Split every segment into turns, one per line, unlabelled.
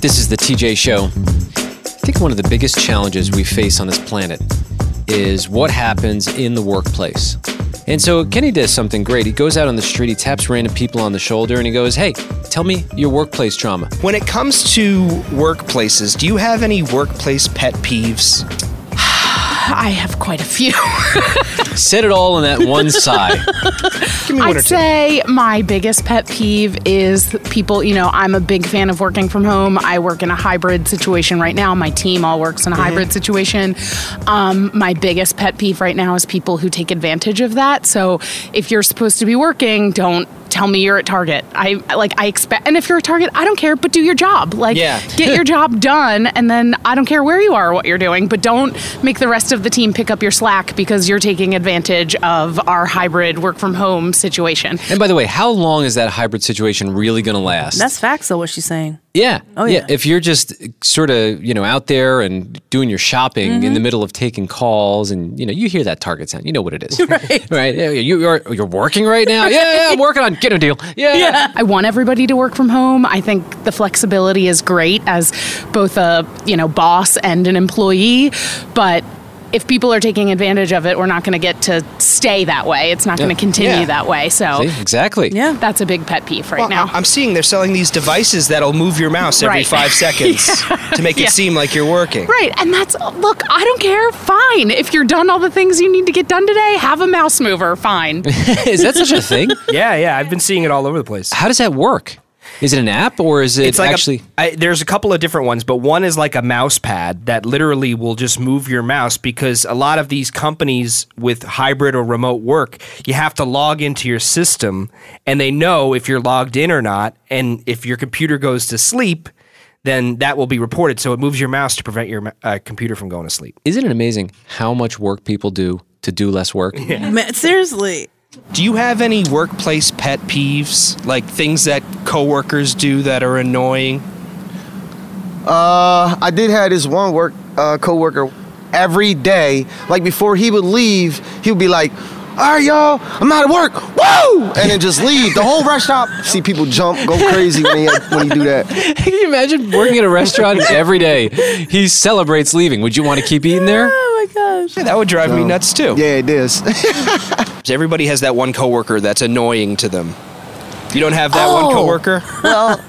This is the TJ Show. I think one of the biggest challenges we face on this planet is what happens in the workplace. And so Kenny does something great. He goes out on the street, he taps random people on the shoulder, and he goes, Hey, tell me your workplace trauma.
When it comes to workplaces, do you have any workplace pet peeves?
I have quite a few.
Said it all in that one sigh.
Give me one or
I'd
two.
say my biggest pet peeve is people, you know, I'm a big fan of working from home. I work in a hybrid situation right now. My team all works in
Mm-hmm.
a hybrid situation. Um, my biggest pet peeve right now is people who take advantage of that. So if you're supposed to be working, don't tell me you're at Target. I like I expect and if you're at Target, I don't care, but do your job. Like
Yeah.
get your job done and then I don't care where you are or what you're doing, but don't make the rest of the team pick up your slack because you're taking advantage of our hybrid work from home situation.
And by the way, how long is that hybrid situation really going to last?
That's facts, though, what she's saying.
yeah.
Oh, yeah.
If you're just sort of, you know, out there and doing your shopping in
Mm-hmm.
the middle of taking calls and, you know, you hear that target sound, you know what it is. Right. right? Yeah, You, you're, you're working right now? Yeah, yeah, I'm working on getting a deal. yeah.
I want everybody to work from home. I think the flexibility is great as both a, you know, boss and an employee, but if people are taking advantage of it, we're not going to get to stay that way. It's not going
Yeah.
to continue
Yeah.
that way. So
See? Exactly.
Yeah.
that's a big pet peeve right
Well,
now.
I- I'm seeing they're selling these devices that'll move your mouse every
Right.
five seconds to make it
Yeah.
seem like you're working.
Right, and that's look. I don't care. Fine, if you're done all the things you need to get done today, have a mouse mover. Fine.
is that such a thing?
Yeah, yeah, I've been seeing it all over the place.
How does that work? Is it an app or is it
It's like a-
actually?
I- there's a couple of different ones, but one is like a mouse pad that literally will just move your mouse because a lot of these companies with hybrid or remote work, you have to log into your system and they know if you're logged in or not. And if your computer goes to sleep, then that will be reported. So it moves your mouse to prevent your uh, computer from going to sleep.
Isn't it amazing how much work people do to do less work?
Man, seriously.
Do you have any workplace pet peeves, like things that coworkers do that are annoying?
I did have this one work uh, coworker every day. Like before he would leave, he would be like, "All right, y'all, I'm out of work. Woo!" And then just leave the whole rest stop. See people jump, go crazy when he when he do that.
Can you imagine working at a restaurant every day? He celebrates leaving. Would you want to keep eating there?
Oh my gosh.
Yeah, that would drive me
No.
nuts too.
Um, Yeah, it is.
Everybody has that one coworker that's annoying to them. You don't have that one
Oh.
coworker?
Well,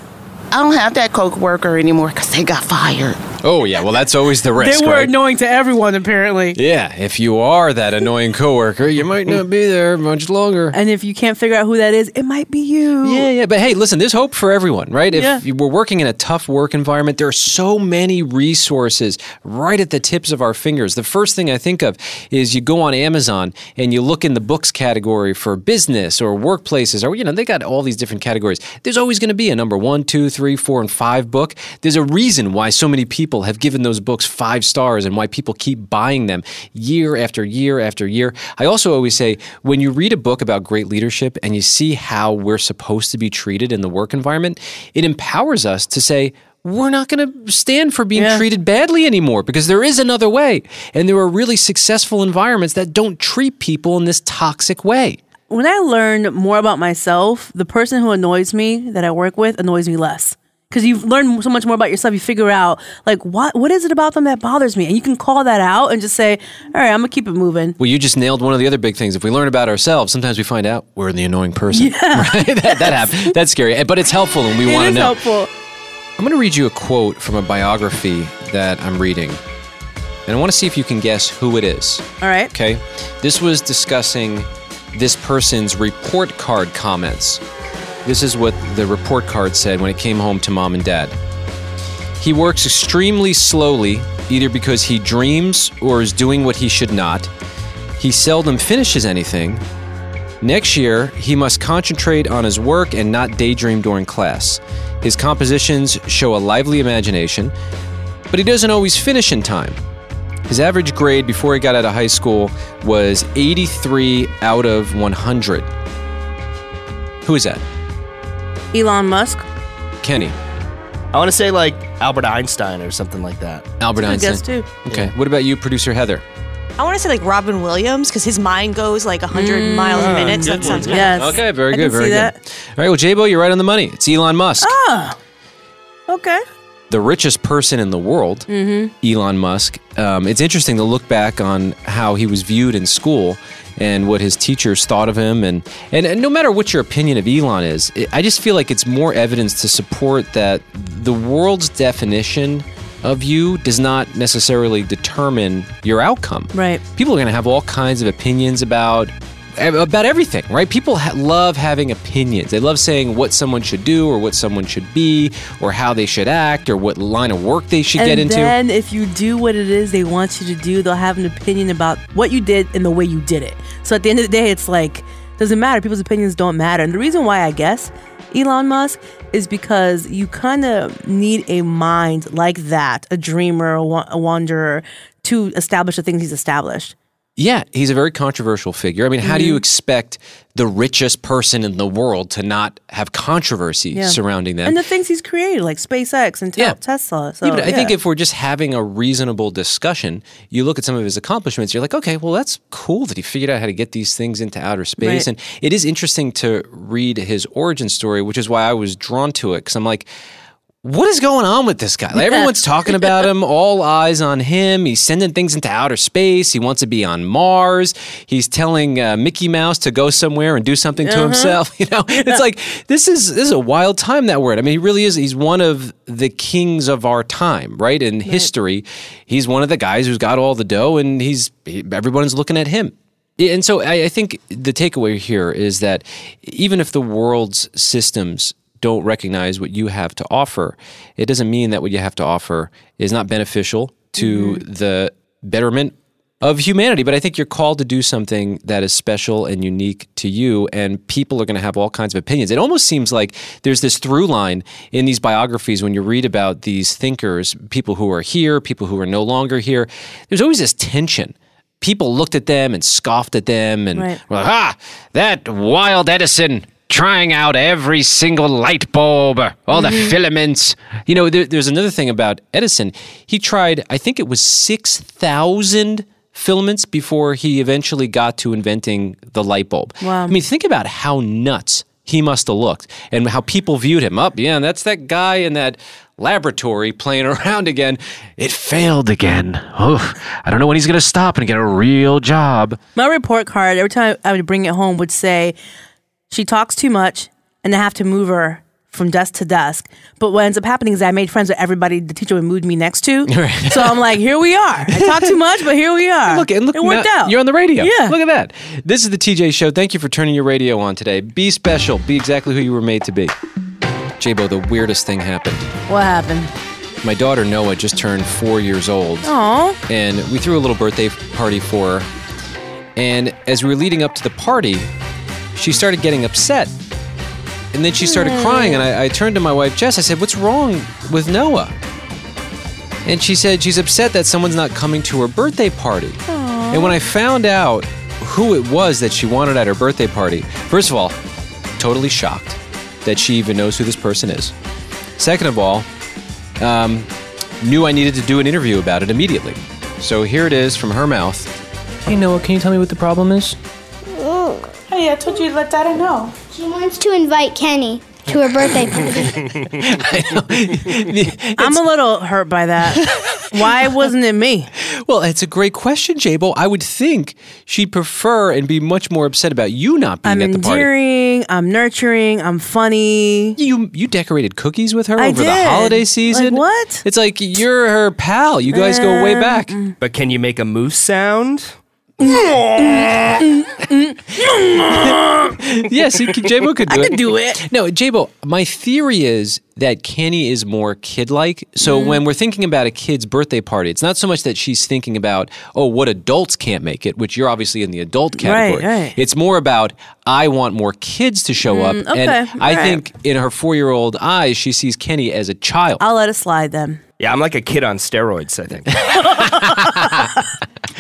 I don't have that coke worker anymore because they got fired.
Oh yeah, well that's always the risk,
They were
right?
annoying to everyone, apparently.
yeah, if you are that annoying coworker, you might not be there much longer.
And if you can't figure out who that is, it might be you.
Yeah, yeah, but hey, listen, there's hope for everyone, right? If
Yeah.
you- we're working in a tough work environment, there are so many resources right at the tips of our fingers. The first thing I think of is you go on Amazon and you look in the books category for business or workplaces, or you know, they got all these different categories. There's always going to be a number one, two, three, four, and five book. There's a reason why so many people have given those books five stars and why people keep buying them year after year after year. I also always say when you read a book about great leadership and you see how we're supposed to be treated in the work environment, it empowers us to say, we're not going to stand for being
Yeah.
treated badly anymore because there is another way. And there are really successful environments that don't treat people in this toxic way.
When I learned more about myself, the person who annoys me that I work with annoys me less. Because you've learned so much more about yourself, you figure out like what what is it about them that bothers me, and you can call that out and just say, "All right, I'm gonna keep it moving."
Well, you just nailed one of the other big things. If we learn about ourselves, sometimes we find out we're the annoying person. Right? That, that happens. That's scary, but it's helpful, and we
It
want to
is
know.
helpful.
I'm going to read you a quote from a biography that I'm reading, and I want to see if you can guess who it is.
All right.
Okay, this was discussing this person's report card comments. This is what the report card said when it came home to mom and dad. He works extremely slowly, either because he dreams or is doing what he should not. He seldom finishes anything. Next year, he must concentrate on his work and not daydream during class. His compositions show a lively imagination, but he doesn't always finish in time. His average grade before he got out of high school was 83 out of 100. Who is that?
Elon Musk.
Kenny.
I want to say like Albert Einstein or something like that.
Albert
Good
Einstein.
guess too.
Okay. What about you, producer Heather?
I want to say like Robin Williams because his mind goes like 100
Mm.
miles a minute. So that sounds kind
Yes.
Okay, very
I
good,
can
very
see
good.
that. Ah!
All right, well, J-Bo, you're right on the money. It's Elon Musk.
Okay.
the richest person in the world, Elon Musk. Um, it's interesting to look back on how he was viewed in school and what his teachers thought of him. And, and, and no matter what your opinion of Elon is, it, I just feel like it's more evidence to support that the world's definition of you does not necessarily determine your outcome.
Right.
People are going to have all kinds of opinions about e, about everything, right? People ha- love having opinions. They love saying what someone should do or what someone should be or how they should act or what line of work they should
and
get into.
then if you do what it is they want you to do, they'll have an opinion about what you did and the way you did it. So at the end of the day, it's like doesn't matter. People's opinions don't matter. And the reason why I guess Elon Musk is because you kind of need a mind like that, a dreamer, a wa- a wanderer, to establish the things he's established.
yeah, he's a very controversial figure. I mean, how do
Mm-hmm.
you expect the richest person in the world to not have controversy surrounding them?
and the things he's created, like SpaceX and Te-
Yeah.
Tesla. So
Yeah, but I think
yeah.
if we're just having a reasonable discussion, you look at some of his accomplishments, you're like, okay, well, that's cool that he figured out how to get these things into outer space. And
Right.
it is interesting to read his origin story, which is why I was drawn to it because I'm like, what is going on with this guy? Like, everyone's talking about him, all eyes on him. He's sending things into outer space. He wants to be on Mars. He's telling uh, Mickey Mouse to go somewhere and do something to himself. You know, it's like this is this is a wild time. That word. I mean, he really is. He's one of the kings of our time, right? In history, he's one of the guys who's got all the dough, and he's he- everyone's looking at him. Yeah, And so I, I think the takeaway here is that even if the world's systems don't recognize what you have to offer, it doesn't mean that what you have to offer is not beneficial to the betterment of humanity. But I think you're called to do something that is special and unique to you, and people are going to have all kinds of opinions. It almost seems like there's this through line in these biographies when you read about these thinkers, people who are here, people who are no longer here. There's always this tension people looked at them and scoffed at them and
Right.
were like, ah, that wild Edison trying out every single light bulb, all the filaments. You know, there, there's another thing about Edison. He tried, I think it was 6,000 filaments before he eventually got to inventing the light bulb.
Wow.
I mean, think about how nuts he must have looked and how people viewed him up. yeah, and that's that guy in that laboratory playing around again. It failed again. Oh, I don't know when he's going to stop and get a real job.
my report card every time I would bring it home would say she talks too much and I have to move her from desk to desk. But what ends up happening is I made friends with everybody the teacher would move me next to. So I'm like, here we are. I talk too much, but here we are.
Look, and look,
it worked
now
out.
You're on the radio.
Yeah.
Look at that. This is the TJ Show. Thank you for turning your radio on today. Be special. Be exactly who you were made to be. Jabo, the weirdest thing happened.
what happened?
My daughter Noah just turned four years old.
Oh,
and we threw a little birthday party for her. And as we were leading up to the party, she started getting upset. And then she started crying, and I, I turned to my wife Jess. I said, What's wrong with Noah? And she said, She's upset that someone's not coming to her birthday party. And when I found out who it was that she wanted at her birthday party, first of all, totally shocked that she even knows who this person is. Second of all, knew I needed to do an interview about it immediately. So here it is from her mouth. Hey Noah, can you tell me what the problem is?
Hey, I told you to let Dada know. She wants to invite Kenny to her birthday party.
I'm a little hurt by that. Why wasn't it me?
Well, it's a great question, Jabo. I would think she'd prefer and be much more upset about you not being
I'm
at the party.
endearing, I'm nurturing, I'm funny.
You you decorated cookies with her
I
over the
did.
holiday
Like,
season.
what? Mm-hmm.
It's like you're her pal. You guys go way back.
But can you make a moose sound?
yes, he could, Jabo could do it.
could do it.
No, Jabo, my theory is that Kenny is more kid-like. So when we're thinking about a kid's birthday party, it's not so much that she's thinking about, oh, what adults can't make it, which you're obviously in the adult category.
right.
It's more about I want more kids to show up. and
okay,
I
all right.
think in her four-year-old eyes, she sees Kenny as a child.
I'll let it slide then.
Yeah, I'm like a kid on steroids, I think.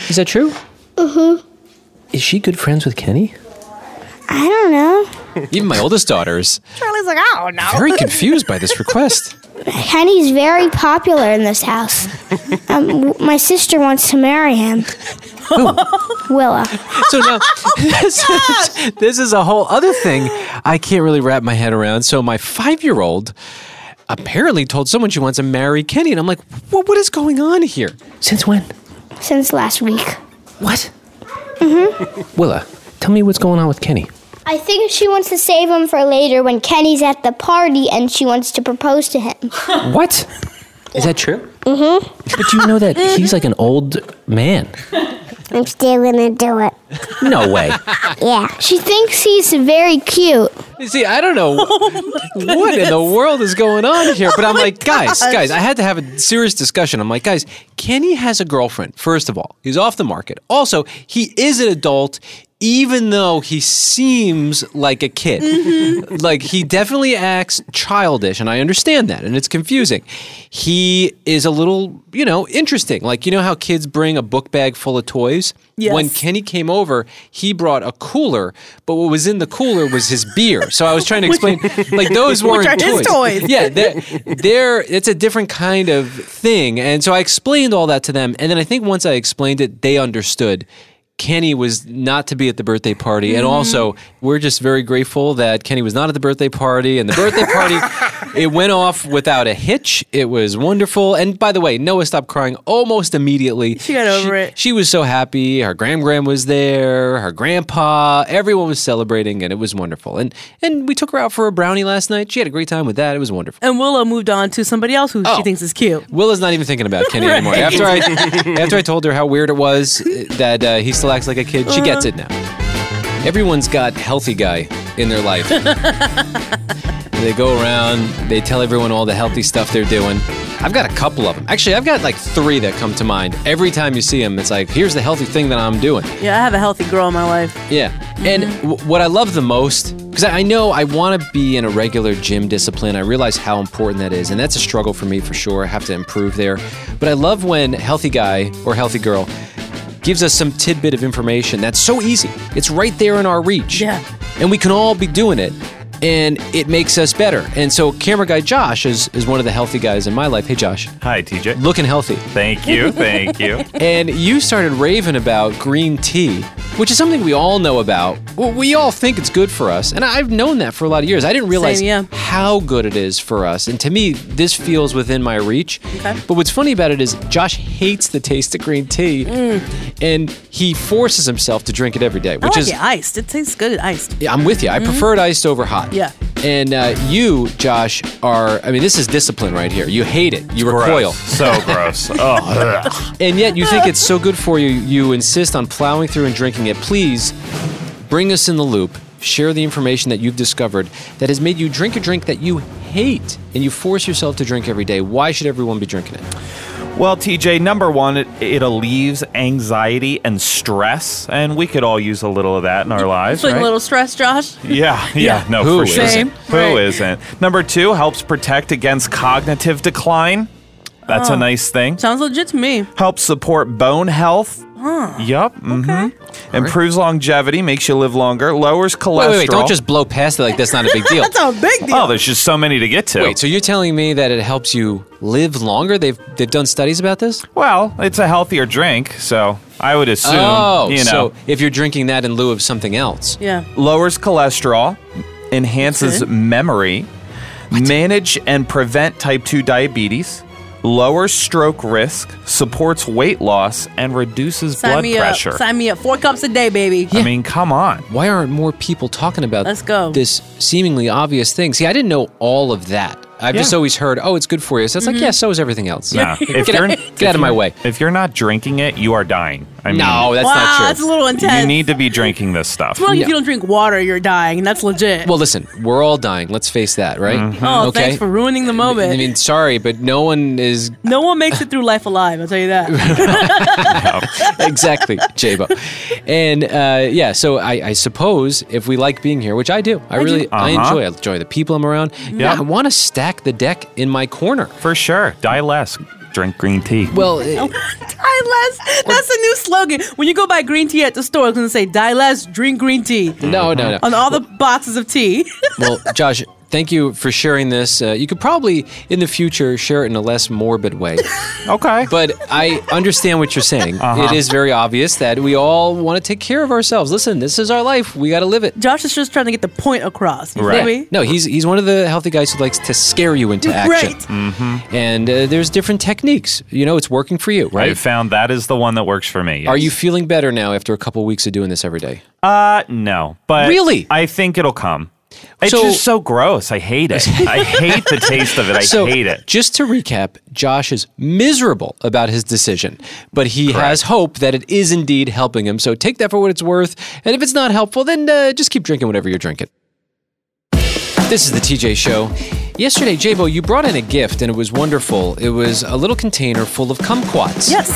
is that true? Mm-hmm. Is she good friends with Kenny?
I don't know.
Even my oldest daughter's
Charlie's like, I don't know.
very confused by this request.
Kenny's very popular in this house. Um, w- my sister wants to marry him. Willa.
so now
Oh
this, is, this is a whole other thing I can't really wrap my head around. So my five year old apparently told someone she wants to marry Kenny. And I'm like, what, what is going on here?
Since when?
since last week.
What? Mm-hmm. Willa, tell me what's going on with Kenny.
I think she wants to save him for later when Kenny's at the party and she wants to propose to him.
What? Is that true? Mm-hmm. But you know that he's like an old man.
I'm still gonna do it.
No way.
Yeah. She thinks he's very cute.
You See, I don't know what in the world is going on here, but I'm like, guys, guys, I had to have a serious discussion. I'm like, guys, Kenny has a girlfriend. First of all, he's off the market. Also, he is an adult, even though he seems like a kid. Like he definitely acts childish, and I understand that, and it's confusing. He is a little, you know, interesting. Like you know how kids bring a book bag full of toys.
Yes.
When Kenny came over, he brought a cooler, but what was in the cooler was his beer. So I was trying to explain, like those weren't
are
toys.
his toys.
Yeah, they're, they're- it's a different kind of thing. And so I explained all that to them, and then I think once I explained it, they understood. Kenny was not to be at the birthday party,
Mm-hmm.
and also we're just very grateful that Kenny was not at the birthday party. And the birthday party, it went off without a hitch. It was wonderful. And by the way, Noah stopped crying almost immediately.
She got over it.
She was so happy. Her grand grand was there. Her grandpa. Everyone was celebrating, and it was wonderful. And and we took her out for a brownie last night. She had a great time with that. It was wonderful.
And Willow moved on to somebody else who
Oh.
she thinks is cute.
Willa's not even thinking about Kenny anymore. After I after I told her how weird it was uh, that uh, he still acts like a kid, she gets it now. Everyone's got healthy guy in their life. they go around, they tell everyone all the healthy stuff they're doing. I've got a couple of them. Actually, I've got like three that come to mind. Every time you see them, it's like, here's the healthy thing that I'm doing.
Yeah, I have a healthy girl in my life.
Yeah. And w- what I love the most, because I I know I want to be in a regular gym discipline. I realize how important that is. And that's a struggle for me for sure. I have to improve there. But I love when healthy guy or healthy girl gives us some tidbit of information that's so easy. It's right there in our reach.
Yeah.
And we can all be doing it. And it makes us better. And so, camera guy Josh is, is one of the healthy guys in my life. Hey, Josh,
Hi, TJ.
looking healthy.
Thank you. Thank you.
And you started raving about green tea, which is something we all know about. Well, we all think it's good for us. And I've known that for a lot of years. I didn't realize
yeah.
how good it is for us. And to me, this feels within my reach. But what's funny about it is Josh hates the taste of green tea
Mm.
and he forces himself to drink it every day,
I
which
like
is
it iced. It tastes good iced.
yeah, I'm with you. I prefer it iced over hot.
Mm-hmm. Yeah.
And uh, you, Josh, are, I mean, this is discipline right here. You hate it. You recoil.
Gross. So gross. Oh, ugh.
And yet you think it's so good for you, you insist on plowing through and drinking it. Please bring us in the loop. Share the information that you've discovered that has made you drink a drink that you hate and you force yourself to drink every day. Why should everyone be drinking it?
Well, TJ, number one, it, it alleviates anxiety and stress, and we could all use a little of that in our lives,
Feeling
right?
a little stressed, Josh?
Mm.
Yeah, yeah, no,
Who
for sure.
isn't?
Who
Right.
not Number two, helps protect against cognitive decline. That's a
Oh.
nice thing.
Sounds legit to me.
Helps support bone health. Yep. Mm-hmm. Improves longevity, makes you live longer, lowers cholesterol.
Wait, wait, wait. Don't just blow past it like that's not a big deal.
a big
Oh, there's just so many to get to.
Wait, so you're telling me that it helps you live longer? They've they've done studies about this?
Well, it's a healthier drink, so I would assume,
oh,
you know,
so if you're drinking that in lieu of something else.
Yeah.
lowers cholesterol, enhances
Okay.
memory, manage and prevent type 2 diabetes, lowers stroke risk, supports weight loss, and reduces
Sign
blood
me
pressure.
up. Sign me up. Four cups a day, baby.
I mean, come on.
why aren't more people talking about
Let's go.
this seemingly obvious thing? See, I didn't know all of that. I've just
Yeah.
always heard, oh, it's good for you. So it's
Mm-hmm.
like, yeah, so is everything else.
Nah, if
Get
you're,
out-
if
get out of my
you're-
way.
If you're not drinking it, you are dying. I mean,
No, that's
wow,
not true.
that's a little intense.
you need to be drinking this stuff.
Well, if
No.
you don't drink water, you're dying, and that's legit.
well, listen, we're all dying. Let's face that, right?
Mm-hmm.
oh, thanks for ruining the moment.
I mean, sorry, but no one is
no one makes it through life alive. I'll tell you that.
exactly Jabo. And uh, yeah, so I, I suppose if we like being here, which I do, I, really I
Uh-huh.
enjoy. I enjoy the people I'm around.
Mm-hmm.
Yeah, I want to stack the deck in my corner.
For sure. Die less. Drink green tea.
Well, it-
die less. That's the new slogan. When you go buy green tea at the store, it's gonna say "Die less, drink green tea"
Mm-hmm.
no, no, no.
on all the boxes of tea.
Well, Josh, Thank you for sharing this. Uh, you could probably, in the future, share it in a less morbid way.
okay.
But I understand what you're saying.
Uh-huh.
It is very obvious that we all want to take care of ourselves. Listen, this is our life. We got to live it.
Josh is just trying to get the point across. You feel me?
No, he's he's one of the healthy guys who likes to scare you into action.
Right.
Mm-hmm. And uh, there's different techniques. You know, it's working for you, right?
I found that is the one that works for me.
Are you feeling better now after a couple weeks of doing this every day?
Uh, no. But
Really?
I think it'll come. It's
So-
just so gross. I hate it. I hate the taste of it. I
so,
hate it.
Just to recap, Josh is miserable about his decision, but he has hope that it is indeed helping him. So take that for what it's worth. And if it's not helpful, then uh, just keep drinking whatever you're drinking. This is the TJ Show. Yesterday, Jabo, you brought in a gift and it was wonderful. It was a little container full of kumquats.
Yes.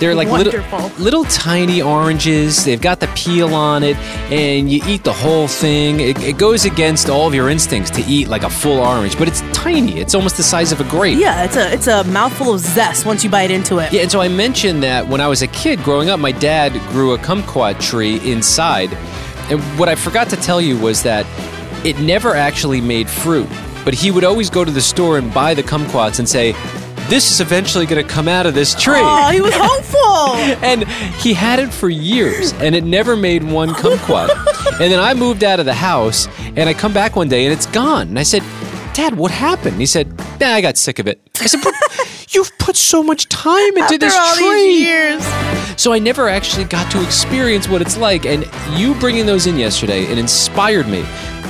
They're like little,
Wonderful.
little tiny oranges. They've got the peel on it, and you eat the whole thing. It, it goes against all of your instincts to eat like a full orange, but it's tiny. It's almost the size of a grape.
Yeah, it's a it's a mouthful of zest once you bite into it.
Yeah, and so I mentioned that when I was a kid growing up, my dad grew a kumquat tree inside. And what I forgot to tell you was that it never actually made fruit, but he would always go to the store and buy the kumquats and say, This is eventually going to come out of this tree.
Oh, he was hopeful.
and he had it for years and it never made one kumquat. and then I moved out of the house and I come back one day and it's gone. And I said, Dad, what happened? He said, Nah, I got sick of it. I said, but you've put so much time into
After
this
all
tree.
these years.
So I never actually got to experience what it's like. And you bringing those in yesterday, it inspired me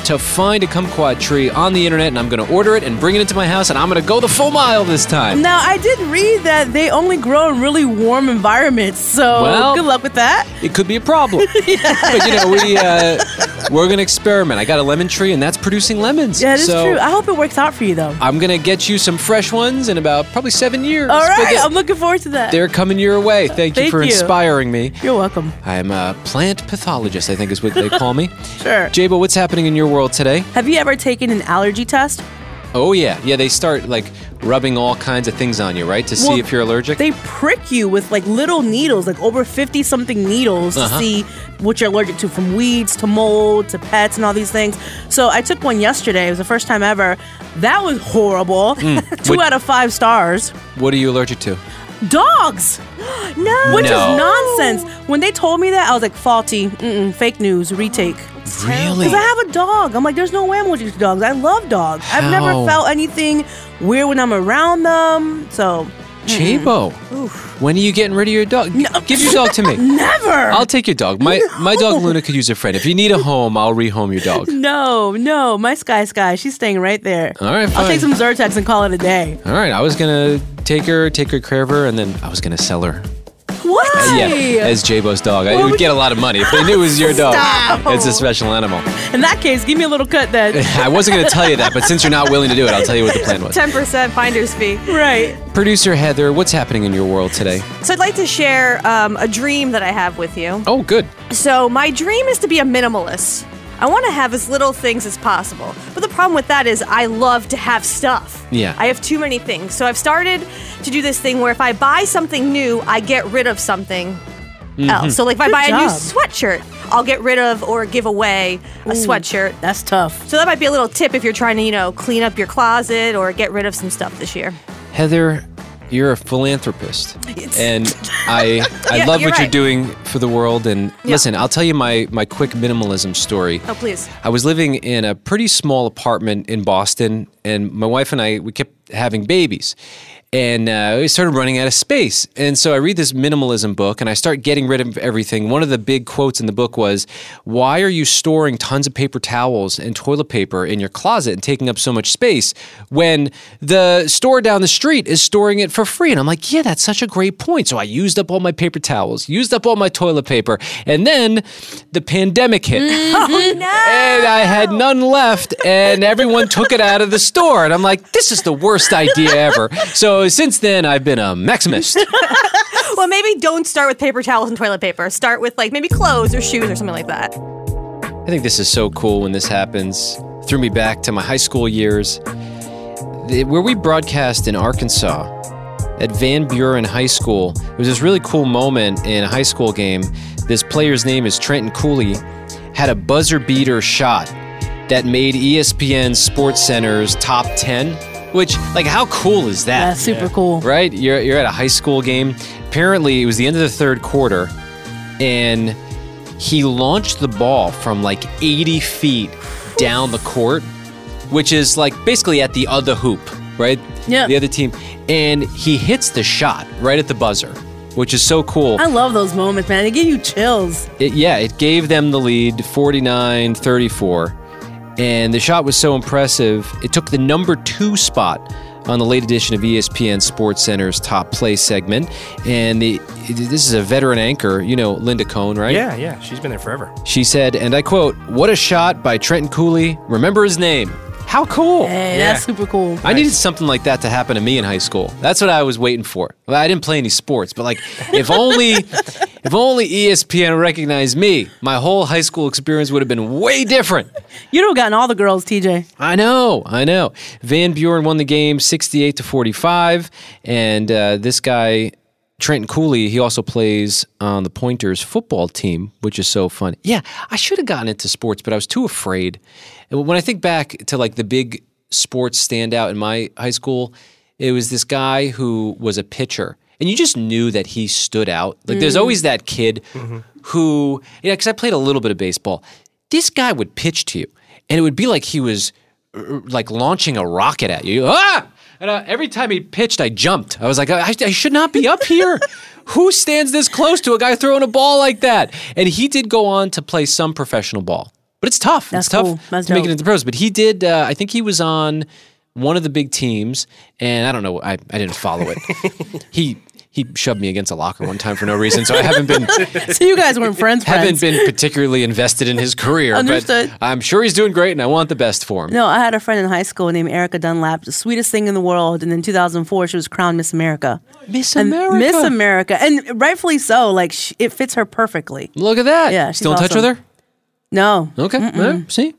to find a kumquat tree on the internet. And I'm going to order it and bring it into my house. And I'm going to go the full mile this time.
Now I did read that they only grow in really warm environments, so
Well-
good luck with that.
It could be a problem. But you know, we, uh, we're going to experiment. I got a lemon tree, and that's producing lemons.
Yeah, it's
so
true. I hope it works out for you though.
I'm going to get you some fresh ones in about probably seven years.
All
But
right,
they-
I'm looking forward to that.
they're coming your way. Thank you
Thank
for
you.
inspiring me.
You're welcome.
I'm a plant pathologist, I think is what they call me.
Sure.
Jabo, what's happening in your world today?
Have you ever taken an allergy test?
Oh yeah, yeah. They start like rubbing all kinds of things on you, right, to
Well,
see if you're allergic.
They prick you with like little needles, like over 50 something needles
Uh-huh.
to see what you're allergic to from weeds to mold to pets and all these things. So I took one yesterday. It was the first time ever. That was horrible.
Mm.
Two
What-
out of five stars.
what are you allergic to?
Dogs! no! Which
No.
is nonsense. When they told me that, I was like, faulty, Mm-mm, fake news, retake.
Really?
Because I have a dog. I'm like, there's no way I'm allergic to dogs. I love dogs. I've never
How?
felt anything weird when I'm around them. So. mm-mm.
Jabo. When are you getting rid of your dog? Give your dog to me.
Never.
I'll take your dog. My my dog Luna could use a friend. If you need a home, I'll rehome your dog.
No, no, my sky sky. She's staying right there.
All right,
I'll
fine.
take some Zyrtex and call it a day.
All right, I was gonna take her, take her care of her, and then I was gonna sell her.
Why?
Yeah, as Jabo's dog, I,
Why
it would
would
get a lot of money if they knew it was your dog.
Stop.
It's a special animal.
In that case, give me a little cut then.
I wasn't gonna tell you that, but since you're not willing to do it, I'll tell you what the plan was.
10% finder's fee.
Right.
Producer Heather, what's happening in your world today?
So I'd like to share um, a dream that I have with you.
Oh, good.
So my dream is to be a minimalist. I want to have as little things as possible. But the problem with that is I love to have stuff.
Yeah.
I have too many things. So I've started to do this thing where if I buy something new, I get rid of something else. So like if I
Good
buy a new
job.
sweatshirt, I'll get rid of or give away a sweatshirt.
That's tough.
So that might be a little tip if you're trying to, you know, clean up your closet or get rid of some stuff this year.
Heather, you're a philanthropist, and I I
Yeah,
love
you're
what you're
right.
doing for the world. And listen, I'll tell you my my quick minimalism story.
Oh, please.
I was living in a pretty small apartment in Boston, and my wife and I we kept having babies, and uh, we started running out of space. And so I read this minimalism book, and I start getting rid of everything. One of the big quotes in the book was, "Why are you storing tons of paper towels and toilet paper in your closet and taking up so much space when the store down the street is storing it for free?" And I'm like, "Yeah, that's such a great point." So I used up all my paper towels, used up all my toilet paper, and then the pandemic hit
Oh, no.
and I had none left, and everyone took it out of the store. And I'm like, this is the worst idea ever. So since then, I've been a maximist.
Well, maybe don't start with paper towels and toilet paper. Start with like maybe clothes or shoes or something like that.
I think this is so cool when this happens. Threw me back to my high school years, The- where we broadcast in Arkansas at Van Buren High School. There was this really cool moment in a high school game. This player's name is Trenton Cooley. Had a buzzer beater shot that made E ESPN Sports Center's top 10, which, like, how cool is that?
That's super cool.
Right? You're, you're at a high school game. Apparently, it was the end of the third quarter, and he launched the ball from like 80 feet down the court, which is like basically at the other hoop, right?
Yeah.
The other team. And he hits the shot right at the buzzer, which is so cool.
I love those moments, man. They give you chills.
It, yeah, it gave them the lead 49 34. And the shot was so impressive, it took the number two spot on the late edition of E ESPN Sports Center's top play segment. And the this is a veteran anchor, you know, Linda Cohn, right?
Yeah, yeah. She's been there forever.
She said, and I quote, What a shot by Trenton Cooley. Remember his name. How cool.
Hey, that's super cool.
I needed something like that to happen to me in high school. That's what I was waiting for. Well, I didn't play any sports, but like if only if only E ESPN recognized me, my whole high school experience would have been way different.
You'd have gotten all the girls, TJ.
I know, I know. Van Buren won the game 68 to 45, and uh, this guy Trenton Cooley, he also plays on the Pointers football team, which is so fun. Yeah, I should have gotten into sports, but I was too afraid. And when I think back to like the big sports standout in my high school, it was this guy who was a pitcher. And you just knew that he stood out. Like there's
Mm.
always that kid who, yeah, because I played a little bit of baseball. This guy would pitch to you, and it would be like he was uh, like launching a rocket at you. Ah! And uh, every time he pitched, I jumped. I was like, I, I should not be up here. Who stands this close to a guy throwing a ball like that? And he did go on to play some professional ball, but it's tough.
That's
it's tough
cool. That's
to make it
dope.
into the pros. But he did. Uh, I think he was on one of the big teams, and I don't know. I, I didn't follow it. he he shoved me against a locker one time for no reason, so I haven't been
so you guys weren't friends.
haven't
friends.
been particularly invested in his career.
Understood.
But I'm sure he's doing great, and I want the best for him.
No, I had a friend in high school named Erica Dunlap, the sweetest thing in the world. And in 2004, she was crowned Miss America.
Miss
And
America.
Miss America. And rightfully so. Like, sh it fits her perfectly.
Look at that.
Yeah. she's
Still in touch
awesome.
with her?
No.
Okay. well, see,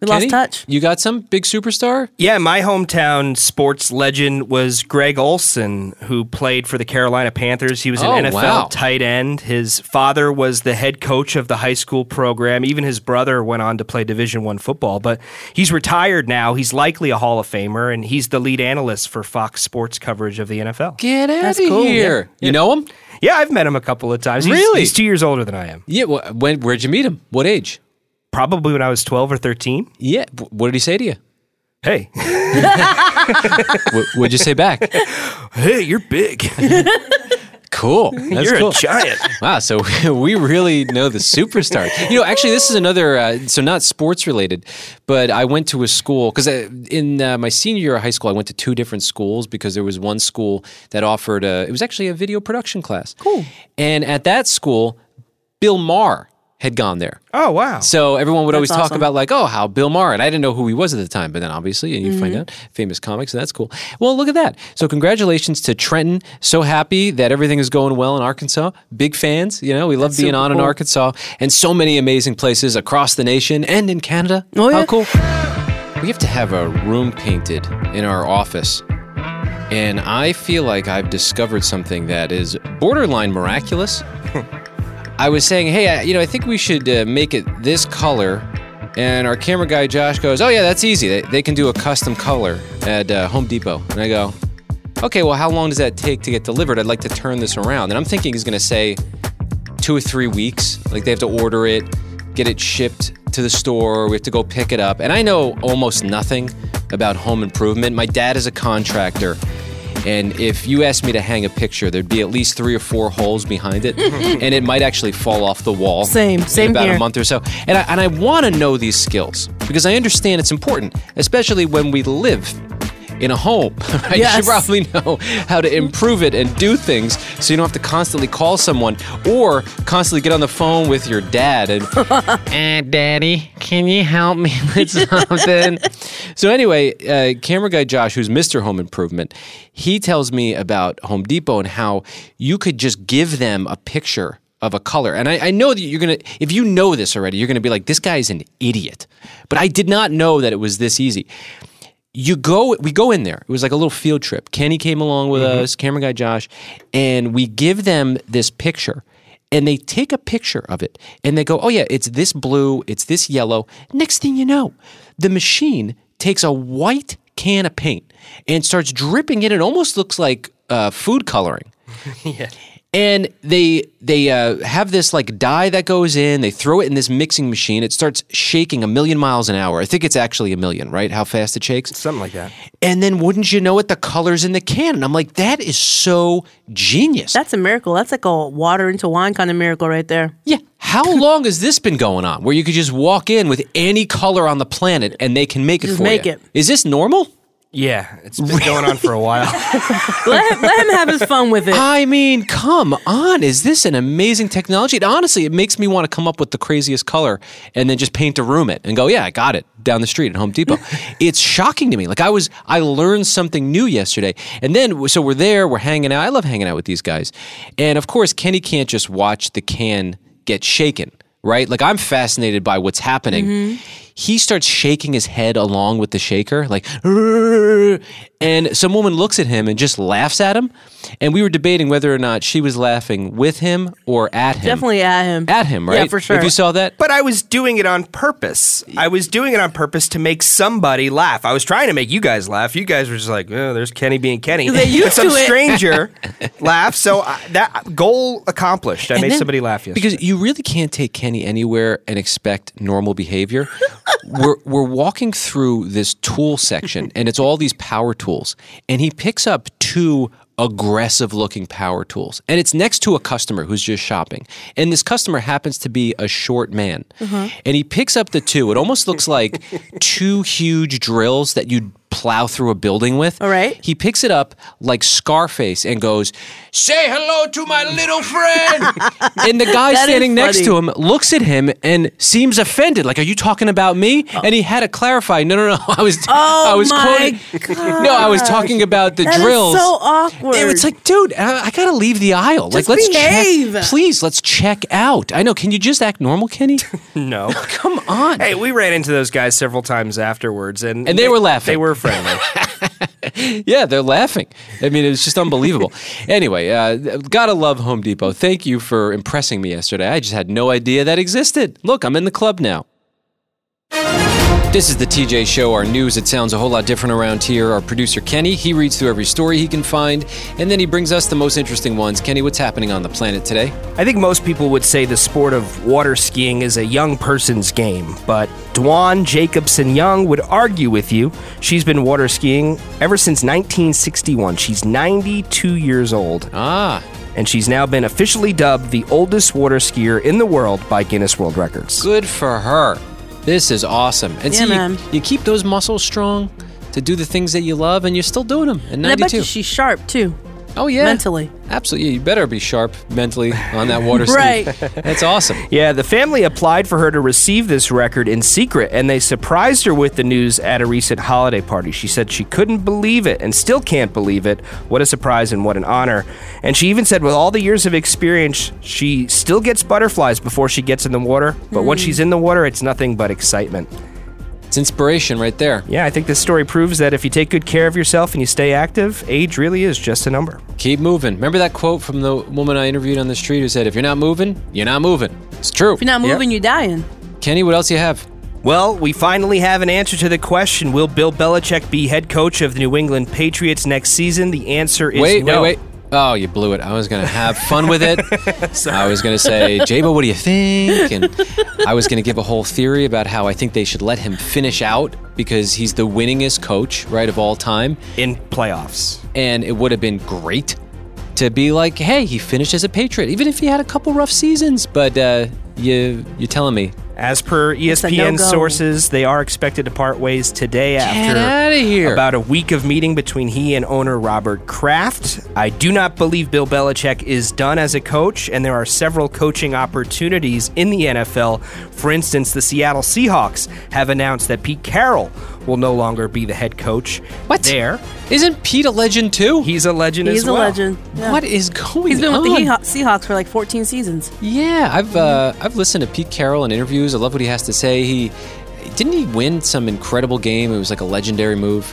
We lost touch.
You got some big superstar?
Yeah, my hometown sports legend was Greg Olson, who played for the Carolina Panthers. He was an
Oh,
NFL
wow.
tight end. His father was the head coach of the high school program. Even his brother went on to play Division One football. But he's retired now. He's likely a Hall of Famer, and he's the lead analyst for Fox Sports coverage of the NFL.
Get out
That's
of
cool.
here. You know him?
Yeah, I've met him a couple of times. He's-
Really?
He's two years older than I am.
Yeah. wh- When? Where'd you meet him? What age?
Probably when I was 12 or 13.
Yeah. wh- What did he say to you?
Hey.
what, what'd you say back?
Hey, you're big.
Cool. That's
You're a
cool.
giant.
Wow. So we really know the superstar. You know, actually, this is another. Uh, so not sports related, but I went to a school because in uh, my senior year of high school, I went to two different schools because there was one school that offered. A, it was actually a video production class. Cool. And at that school, Bill Maher had gone there.
Oh wow!
So everyone would always
That's
talk
awesome.
about like, oh, how Bill Maher, and I didn't know who he was at the time, but then obviously, and you find
Mhm.
out famous comics, and that's cool. Well, look at that. So congratulations to Trenton. So happy that everything is going well in Arkansas. Big fans, you know, we love
That's
being
super
on in
cool.
Arkansas, and so many amazing places across the nation and in Canada. Oh yeah, how cool. We have to have a room painted in our office. And I feel like I've discovered something that is borderline miraculous. I was saying, hey, I, you know, I think we should uh, make it this color. And our camera guy Josh goes, oh yeah, that's easy. They, they can do a custom color at uh, Home Depot. And I go, okay, well, how long does that take to get delivered? I'd like to turn this around. And I'm thinking he's going to say two or three weeks. Like they have to order it, get it shipped to the store. We have to go pick it up. And I know almost nothing about home improvement. My dad is a contractor. And if you asked me to hang a picture, there'd be at least three or four holes behind it, and it might actually fall off the wall.
Same,
in
same
about a
here.
month or so. And I, and I want to know these skills because I understand it's important, especially when we live in a home. Right? You
Yes.
should probably know how to improve it and do things so you don't have to constantly call someone or constantly get on the phone with your dad and, "Eh, Daddy, can you help me with something? so, anyway, uh, camera guy Josh, who's Mr. Home Improvement, he tells me about Home Depot and how you could just give them a picture of a color. And I, I know that you're going to, if you know this already, you're going to be like, this guy's an idiot. But I did not know that it was this easy you go we go in there it was like a little field trip kenny came along with us camera guy josh and we give them this picture and they take a picture of it and they go, oh, yeah, it's this blue, it's this yellow. Next thing you know, the machine takes a white can of paint and starts dripping it. It almost looks like uh, food coloring
yeah.
and they they uh, have this like dye that goes in. They throw it in this mixing machine. It starts shaking a million miles an hour. I think it's actually a million, right? How fast it shakes?
Something like that.
And then wouldn't you know it? The colors in the can. And I'm like, that is so genius.
That's a miracle. That's like a water into wine kind of miracle right there.
Yeah. How long has this been going on? Where you could just walk in with any color on the planet and they can make it
Just
for
make
you.
it.
Is this normal?
Yeah, it's been going on for a while.
let, him, let him have his fun with it.
I mean, come on. Is this an amazing technology? It, honestly, it makes me want to come up with the craziest color and then just paint a room it and go, yeah, I got it down the street at Home Depot. it's shocking to me. Like I was, I learned something new yesterday. And then, so we're there, we're hanging out. I love hanging out with these guys. And of course, Kenny can't just watch the can get shaken, right? Like I'm fascinated by what's happening
Mm-hmm.
he starts shaking his head along with the shaker, like, "Rrrr," and some woman looks at him and just laughs at him. And we were debating whether or not she was laughing with him or at him.
Definitely at him.
At him, right?
Yeah, for sure.
If you saw that,
But I was doing it on purpose. I was doing it on purpose to make somebody laugh. I was trying to make you guys laugh. You guys were just like, oh, there's Kenny being Kenny.
They're used
But some
to it.
stranger laugh. So I, that goal accomplished. I made somebody laugh yesterday.
Because you really can't take Kenny anywhere and expect normal behavior. we're we're walking through this tool section and it's all these power tools and he picks up two aggressive looking power tools and it's next to a customer who's just shopping and this customer happens to be a short man and he picks up the two it almost looks like two huge drills that you'd plow through a building with all
right.
he picks it up like scarface and goes say hello to my little friend and the guy
That is
standing next
funny.
to him looks at him and seems offended. Like, are you talking about me? And he had to clarify. No, no, no. I was,
Oh
I was
my
quoting. No, I was talking about the
That is
drills.
so awkward.
It was like, dude, I, I gotta leave the aisle.
Just
like, let's
behave.
check. Please, let's check out. I know. Can you just act normal, Kenny?
no.
Come on.
Hey, we ran into those guys several times afterwards, and
And they were laughing.
They were friendly.
Yeah, they're laughing. I mean, it's just unbelievable. anyway, uh, gotta love Home Depot. Thank you for impressing me yesterday. I just had no idea that existed. Look, I'm in the club now. This is the TJ Show, our news. It sounds a whole lot different around here. Our producer, Kenny, he reads through every story he can find, and then he brings us the most interesting ones. Kenny, what's happening on the planet today?
I think most people would say the sport of water skiing is a young person's game, but Dwan Jacobson Young would argue with you. She's been water skiing ever since 1961. She's 92 years old,
Ah,
and she's now been officially dubbed the oldest water skier in the world by Guinness World Records.
good for her. This is awesome. And see,
Yeah,
you-
man.
you, keep those muscles strong to do the things that you love, and you're still doing them at 92.
and I bet you she's sharp too.
Oh yeah,
Mentally.
Absolutely, you better be sharp mentally on that water ski.
Right.
That's awesome.
Yeah, the family applied for her to receive this record in secret, and they surprised her with the news at a recent holiday party. She said she couldn't believe it and still can't believe it. What a surprise and what an honor. And she even said, with all the years of experience, she still gets butterflies before she gets in the water, but once she's in the water, it's nothing but excitement.
It's inspiration right there.
Yeah, I think this story proves that if you take good care of yourself and you stay active, age really is just a number.
Keep moving. Remember that quote from the woman I interviewed on the street who said, "If you're not moving, you're not moving." It's true.
If you're not moving, you're dying.
Kenny, what else you have?
Well, we finally have an answer to the question Will Bill Belichick be head coach of the New England Patriots next season? The answer is
wait,
no.
wait, wait. Oh, you blew it. I was gonna have fun with it. I was gonna say, Jabo, what do you think? And I was gonna give a whole theory about how I think they should let him finish out because he's the winningest coach, right, of all time.
In playoffs.
and it would have been great to be like, hey, he finished as a Patriot, even if he had a couple rough seasons. But uh, you, you're telling me,
As per E
a
ESPN
no-go.
sources, they are expected to part ways today
get
after
out of here.
about a week of meeting between he and owner Robert Kraft. I do not believe Bill Belichick is done as a coach, and there are several coaching opportunities in the NFL. For instance, the Seattle Seahawks have announced that Pete Carroll will no longer be the head coach
What?
there.
Isn't Pete a legend too?
He's a legend
He's
as
a
well.
legend. Yeah.
What is going
He's been
on?
with the Heha- Seahawks for like 14 seasons.
yeah, I've uh,
Mm-hmm.
I've listened to Pete Carroll in interviews. I love what he has to say. He didn't he win some incredible game. It was like a legendary move.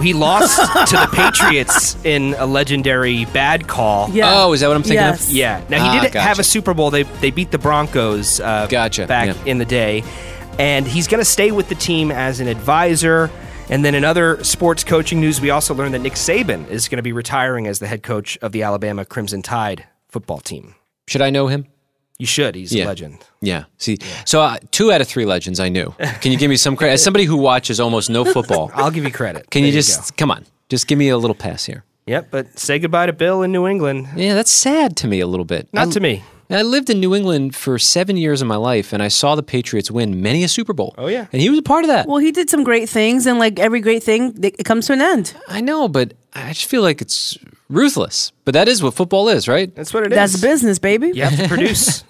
He lost to the Patriots in a legendary bad call.
Yeah. Oh, is that what I'm thinking of? Yes.
Yeah. Now he
Ah,
did
gotcha.
have a Super Bowl. They they beat the Broncos. Uh, gotcha. Back in the day, and he's going to stay with the team as an advisor. And then in other sports coaching news, we also learned that Nick Saban is going to be retiring as the head coach of the Alabama Crimson Tide football team.
Should I know him?
You should. He's
Yeah.
a legend.
Yeah. See, so uh, two out of three legends I knew. Can you give me some credit? As somebody who watches almost no football,
I'll give you credit.
can you
There you
just come on? Just give me a little pass here.
Yep. But say goodbye to Bill in New England.
Yeah, that's sad to me a little bit.
Not
I-
to me.
I lived in New England for seven years of my life, and I saw the Patriots win many a Super Bowl. Oh yeah, and he was a part of that.
Well, he did some great things, and like every great thing, th- it comes to an end.
I know, but I just feel like it's ruthless. But that is what football is, right?
That's what
it That's is. business, baby.
You have to produce.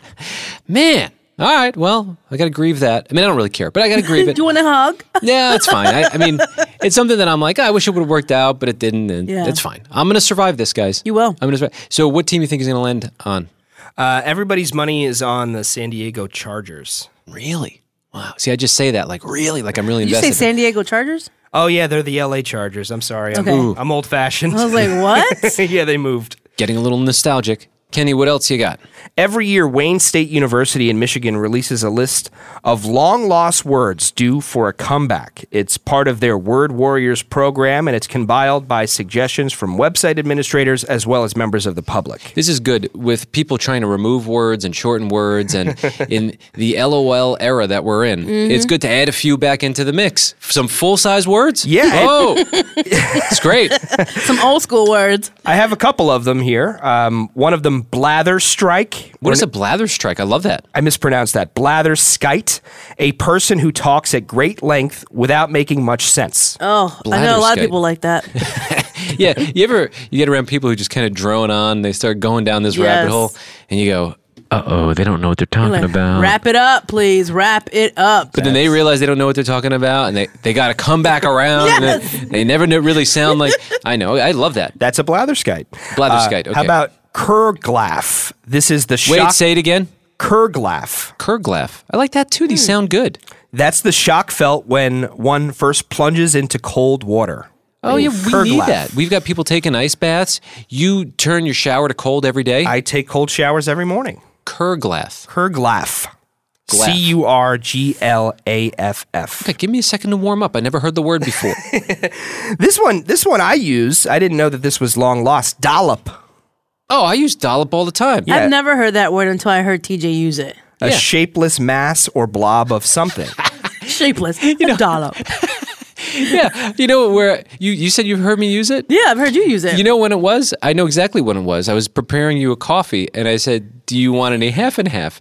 Man. All right. Well, I got to grieve that. I mean, I don't really care, but I got to grieve
Do
it.
you want a hug?
Yeah, it's fine. I, I mean, it's something that I'm like, I wish it would have worked out, but it didn't, and
Yeah.
it's fine. I'm gonna survive this, guys. You
will.
I'm gonna survive. So, what team you think is gonna land on?
Uh, everybody's money is on the San Diego Chargers.
Really? Wow. See, I just say that like really, like I'm really
You
invested.
say San Diego Chargers?
Oh yeah, they're the LA Chargers. I'm sorry. I'm,
Okay. Ooh.
I'm old fashioned.
I was like, what?
yeah, they moved.
Getting a little nostalgic. Kenny, what else you got?
Every year, Wayne State University in Michigan releases a list of long lost words due for a comeback. It's part of their Word Warriors program, and it's compiled by suggestions from website administrators as well as members of the public.
This is good with people trying to remove words and shorten words, and in the LOL era that we're in,
Mm-hmm.
Mhm.
it's good to add a few back into the mix. Some full size words.
Yeah.
Oh, it's great.
Some old school words.
I have a couple of them here. Um, one of them, blather strike.
What is a blather strike? I love that.
I mispronounced that. Blather skite, a person who talks at great length without making much sense.
Oh, I know a lot of
Blatherskite.
people like that.
yeah, you ever you get around people who just kind of drone on, they start going down this rabbit
Yes.
hole, and you go, "Uh oh, they don't know what they're talking
Like,
about."
Wrap it up, please. Wrap it up.
but then they realize they don't know what they're talking about, and they, they got to come back around. and they, they never kn- really sound like I know. I love that.
That's a blatherskite.
Blatherskite.
Uh,
okay.
How about Kerglaff? This is the
Wait,
shock.
say it again.
Kerglaff.
Kerglaff. I like that too. These sound good.
That's the shock felt when one first plunges into cold water.
Oh yeah, we need
Kerglaff.
that. We've got people taking ice baths. You turn your shower to cold every day.
I take cold showers every morning.
Kerglaff.
Kerglaff.
Glaff.
C U R G L A F F.
Okay, give me a second to warm up. I never heard the word before.
This one, this one I use. I didn't know that this was long lost. Dollop.
oh, I use dollop all the time.
Yeah.
I've never heard that word until I heard TJ use it.
A shapeless mass or blob of something.
Shapeless. You know, dollop.
yeah, you know where you you said you've heard me use it.
Yeah, I've heard you use it.
You know when it was? I know exactly when it was. I was preparing you a coffee and I said, Do you want any half and half?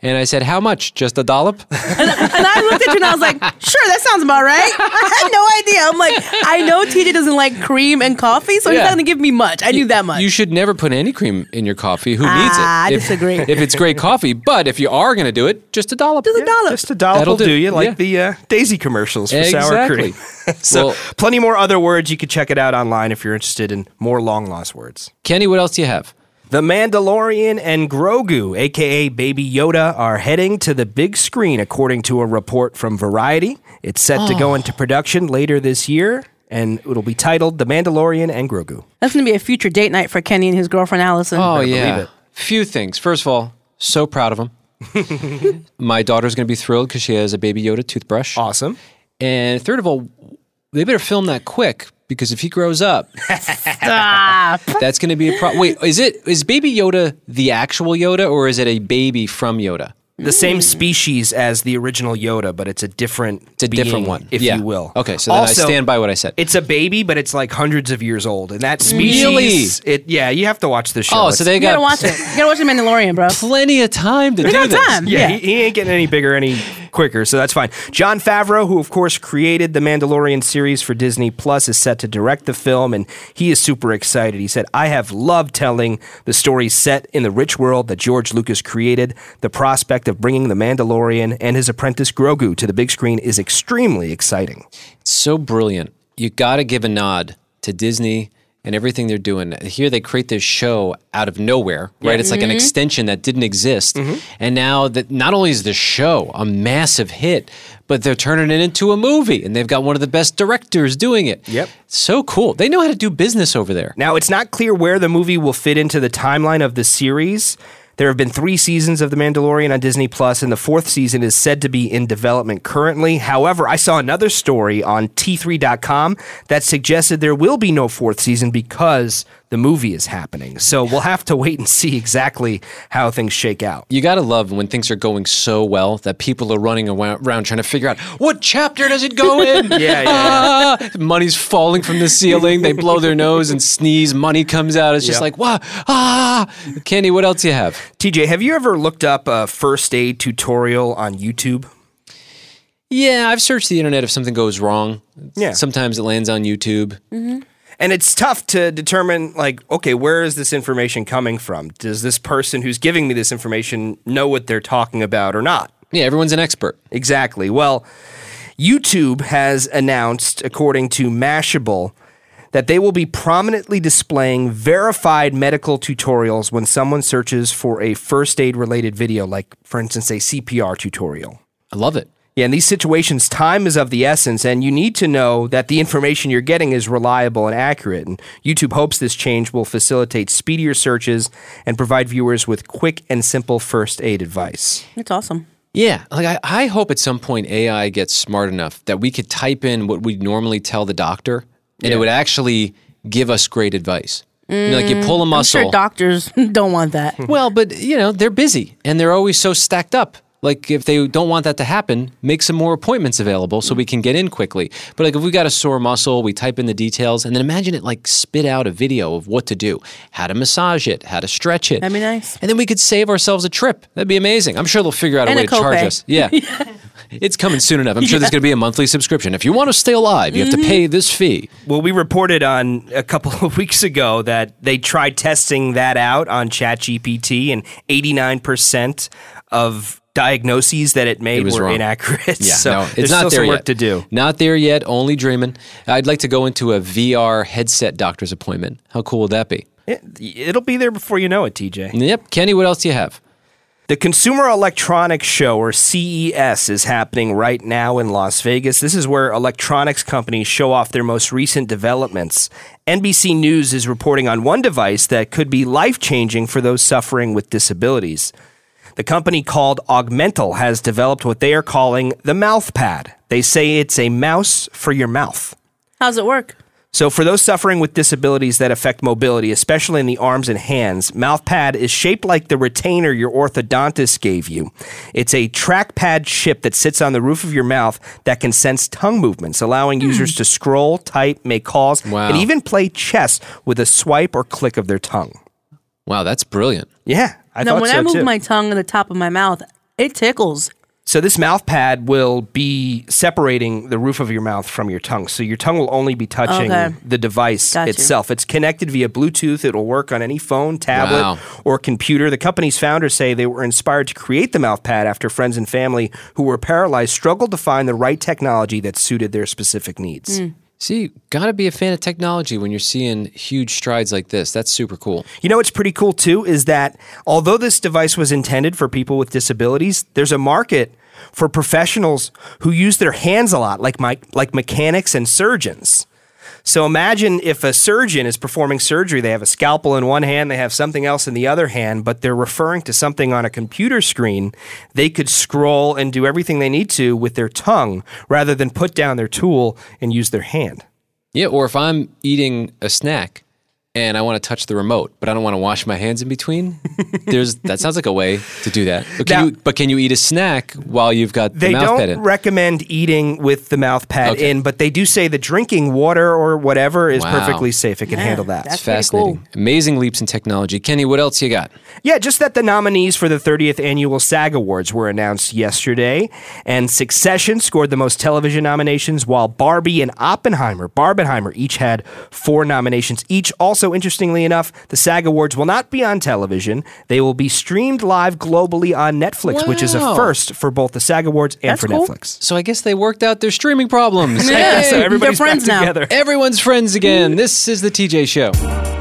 And I said, How much? Just a dollop?
and I looked at you and I was like, sure, that sounds about right. I had no idea. I'm like, I know TJ doesn't like cream and coffee, so he's
Yeah.
not going to give me much. I knew that much.
You should never put any cream in your coffee. Who needs it?
Ah, I
If-
disagree.
If it's great coffee, but if you are going to do it, just a dollop.
Just a dollop.
Just a dollop
That'll
will do,
do.
you, like
Yeah.
the uh, Daisy commercials for sour
Exactly.
cream. so,
Well-
plenty more other words. You can check it out online if you're interested in more long lost words.
Kenny, what else do you have?
The Mandalorian and Grogu, aka Baby Yoda, are heading to the big screen, according to a report from Variety. It's set to
Oh.
go into production later this year, and it'll be titled The Mandalorian and Grogu.
That's going to be a future date night for Kenny and his girlfriend, Allison.
Oh,
believe
yeah.
it.
Few things. First of all, so proud of him. My daughter's going to be thrilled because she has a Baby Yoda toothbrush.
Awesome.
And third of all, they better film that quick because if he grows up,
Stop.
That's going to be a problem. Wait, is it is Baby Yoda the actual Yoda or is it a baby from Yoda?
The same species as the original Yoda, but it's a different,
Mm. It's a different
being,
one,
if
Yeah.
you will.
Okay, so then
Also-
I stand by what I said.
It's a baby, but it's like hundreds of years old, and that species.
Really?
It yeah, you have to watch the show.
oh,
It's-
so they
You got
got
to watch it. You got to watch The Mandalorian, bro.
plenty of time to
We
do
got
this.
time.
yeah,
Yeah.
He, he ain't getting any bigger, any quicker, so that's fine. John Favreau, who of course created the Mandalorian series for Disney Plus, is set to direct the film, and he is super excited. He said, "I have loved telling the story set in the rich world that George Lucas created. The prospect of bringing the Mandalorian and his apprentice Grogu to the big screen is extremely exciting."
It's so brilliant. You got to give a nod to Disney and everything they're doing. Here they create this show out of nowhere,
Yeah.
right? It's like an
Mhm.
extension that didn't exist.
Mhm.
And now that not only is the show a massive hit, but they're turning it into a movie and they've got one of the best directors doing it. Yep. So cool. They know how to do business over there.
Now, it's not clear where the movie will fit into the timeline of the series. There have been three seasons of The Mandalorian on Disney Plus, and the fourth season is said to be in development currently. However, I saw another story on T3.com that suggested there will be no fourth season because the movie is happening. So we'll have to wait and see exactly how things shake out.
You got to love when things are going so well that people are running awa- around trying to figure out what chapter does it go in?
Yeah, yeah, yeah.
Ah! money's falling from the ceiling. They blow their nose and sneeze. Money comes out. It's just
Yep.
like, wow, ah. Candy, what else do you have?
TJ, have you ever looked up a first aid tutorial on YouTube?
Yeah, I've searched the internet if something goes wrong.
Yeah.
Sometimes it lands on YouTube.
And it's tough to determine, like, okay, where is this information coming from? Does this person who's giving me this information know what they're talking about or not?
Yeah, everyone's an expert.
Exactly. Well, YouTube has announced, according to Mashable, that they will be prominently displaying verified medical tutorials when someone searches for a first aid related video, like, for instance, a CPR tutorial.
I love it.
Yeah, in these situations, time is of the essence, and you need to know that the information you're getting is reliable and accurate. And YouTube hopes this change will facilitate speedier searches and provide viewers with quick and simple first aid advice.
It's awesome.
Yeah, like I, I hope at some point AI gets smart enough that we could type in what we'd normally tell the doctor and
Yeah.
it would actually give us great advice. You know, like you pull a
Mm,
muscle.
I'm sure doctors don't want that.
well, but you know, they're busy and they're always so stacked up. Like if they don't want that to happen, make some more appointments available so we can get in quickly. But like if we got a sore muscle, we type in the details and then imagine it like spit out a video of what to do, how to massage it, how to stretch it.
That'd be nice.
And then we could save ourselves a trip. That'd be amazing. I'm sure they'll figure out a
And
way
a
to charge
copay.
us. Yeah. It's coming soon enough. I'm sure there's
Yeah.
going to be a monthly subscription. If you want to stay alive, you have
Mm-hmm.
Mhm.
to pay this fee.
Well, we reported on a couple of weeks ago that they tried testing that out on ChatGPT, and 89% of diagnoses that it made
It was
were
wrong.
inaccurate.
Yeah,
so
no,
there's
it's not
still
there
some work
yet.
to do.
Not there yet. Only dreaming. I'd like to go into a VR headset doctor's appointment. How cool would that be?
It, will be there before you know it, TJ.
Yep. Kenny, what else do you have?
The Consumer Electronics Show, or CES, is happening right now in Las Vegas. This is where electronics companies show off their most recent developments. NBC News is reporting on one device that could be life changing for those suffering with disabilities. The company called Augmental has developed what they are calling the mouth pad. They say it's a mouse for your mouth.
How's it work?
So, for those suffering with disabilities that affect mobility, especially in the arms and hands, MouthPad is shaped like the retainer your orthodontist gave you. It's a trackpad chip that sits on the roof of your mouth that can sense tongue movements, allowing
Hmm.
users to scroll, type, make calls, and even play chess with a swipe or click of their tongue.
Wow, that's brilliant.
Yeah, I
now,
thought
when
so
I move
too.
my tongue in the top of my mouth, it tickles.
So this mouth pad will be separating the roof of your mouth from your tongue. So your tongue will only be touching
Okay.
the device
Got you.
itself. It's connected via Bluetooth. It'll work on any phone, tablet,
Wow.
or computer. The company's founders say they were inspired to create the mouth pad after friends and family who were paralyzed struggled to find the right technology that suited their specific needs.
Hmm.
See, gotta be a fan of technology when you're seeing huge strides like this. That's super cool.
You know what's pretty cool too is that although this device was intended for people with disabilities, there's a market for professionals who use their hands a lot, like my, like mechanics and surgeons. So imagine if a surgeon is performing surgery, they have a scalpel in one hand, they have something else in the other hand, but they're referring to something on a computer screen. They could scroll and do everything they need to with their tongue rather than put down their tool and use their hand.
Yeah, or if I'm eating a snack and I want to touch the remote, but I don't want to wash my hands in between, there's that sounds like a way to do that. But can,
Now-
you, but can you eat a snack while you've got
They
the mouth
don't
pad in?
recommend eating with the mouth pad
Okay.
in, but they do say that drinking water or whatever is
Wow.
perfectly safe. It can handle that.
It's fascinating. Amazing leaps in technology. Kenny, what else you got?
Yeah, just that the nominees for the 30th annual SAG Awards were announced yesterday, and Succession scored the most television nominations, while Barbie and Oppenheimer, Barbenheimer, each had four nominations, each also Also, interestingly enough, the SAG Awards will not be on television. They will be streamed live globally on Netflix, which is a
Wow.
first for both the SAG Awards and for Netflix.
So I guess they worked out their streaming problems.
Yeah, so everybody's They're friends back now. together.
Everyone's friends again. This is the TJ Show.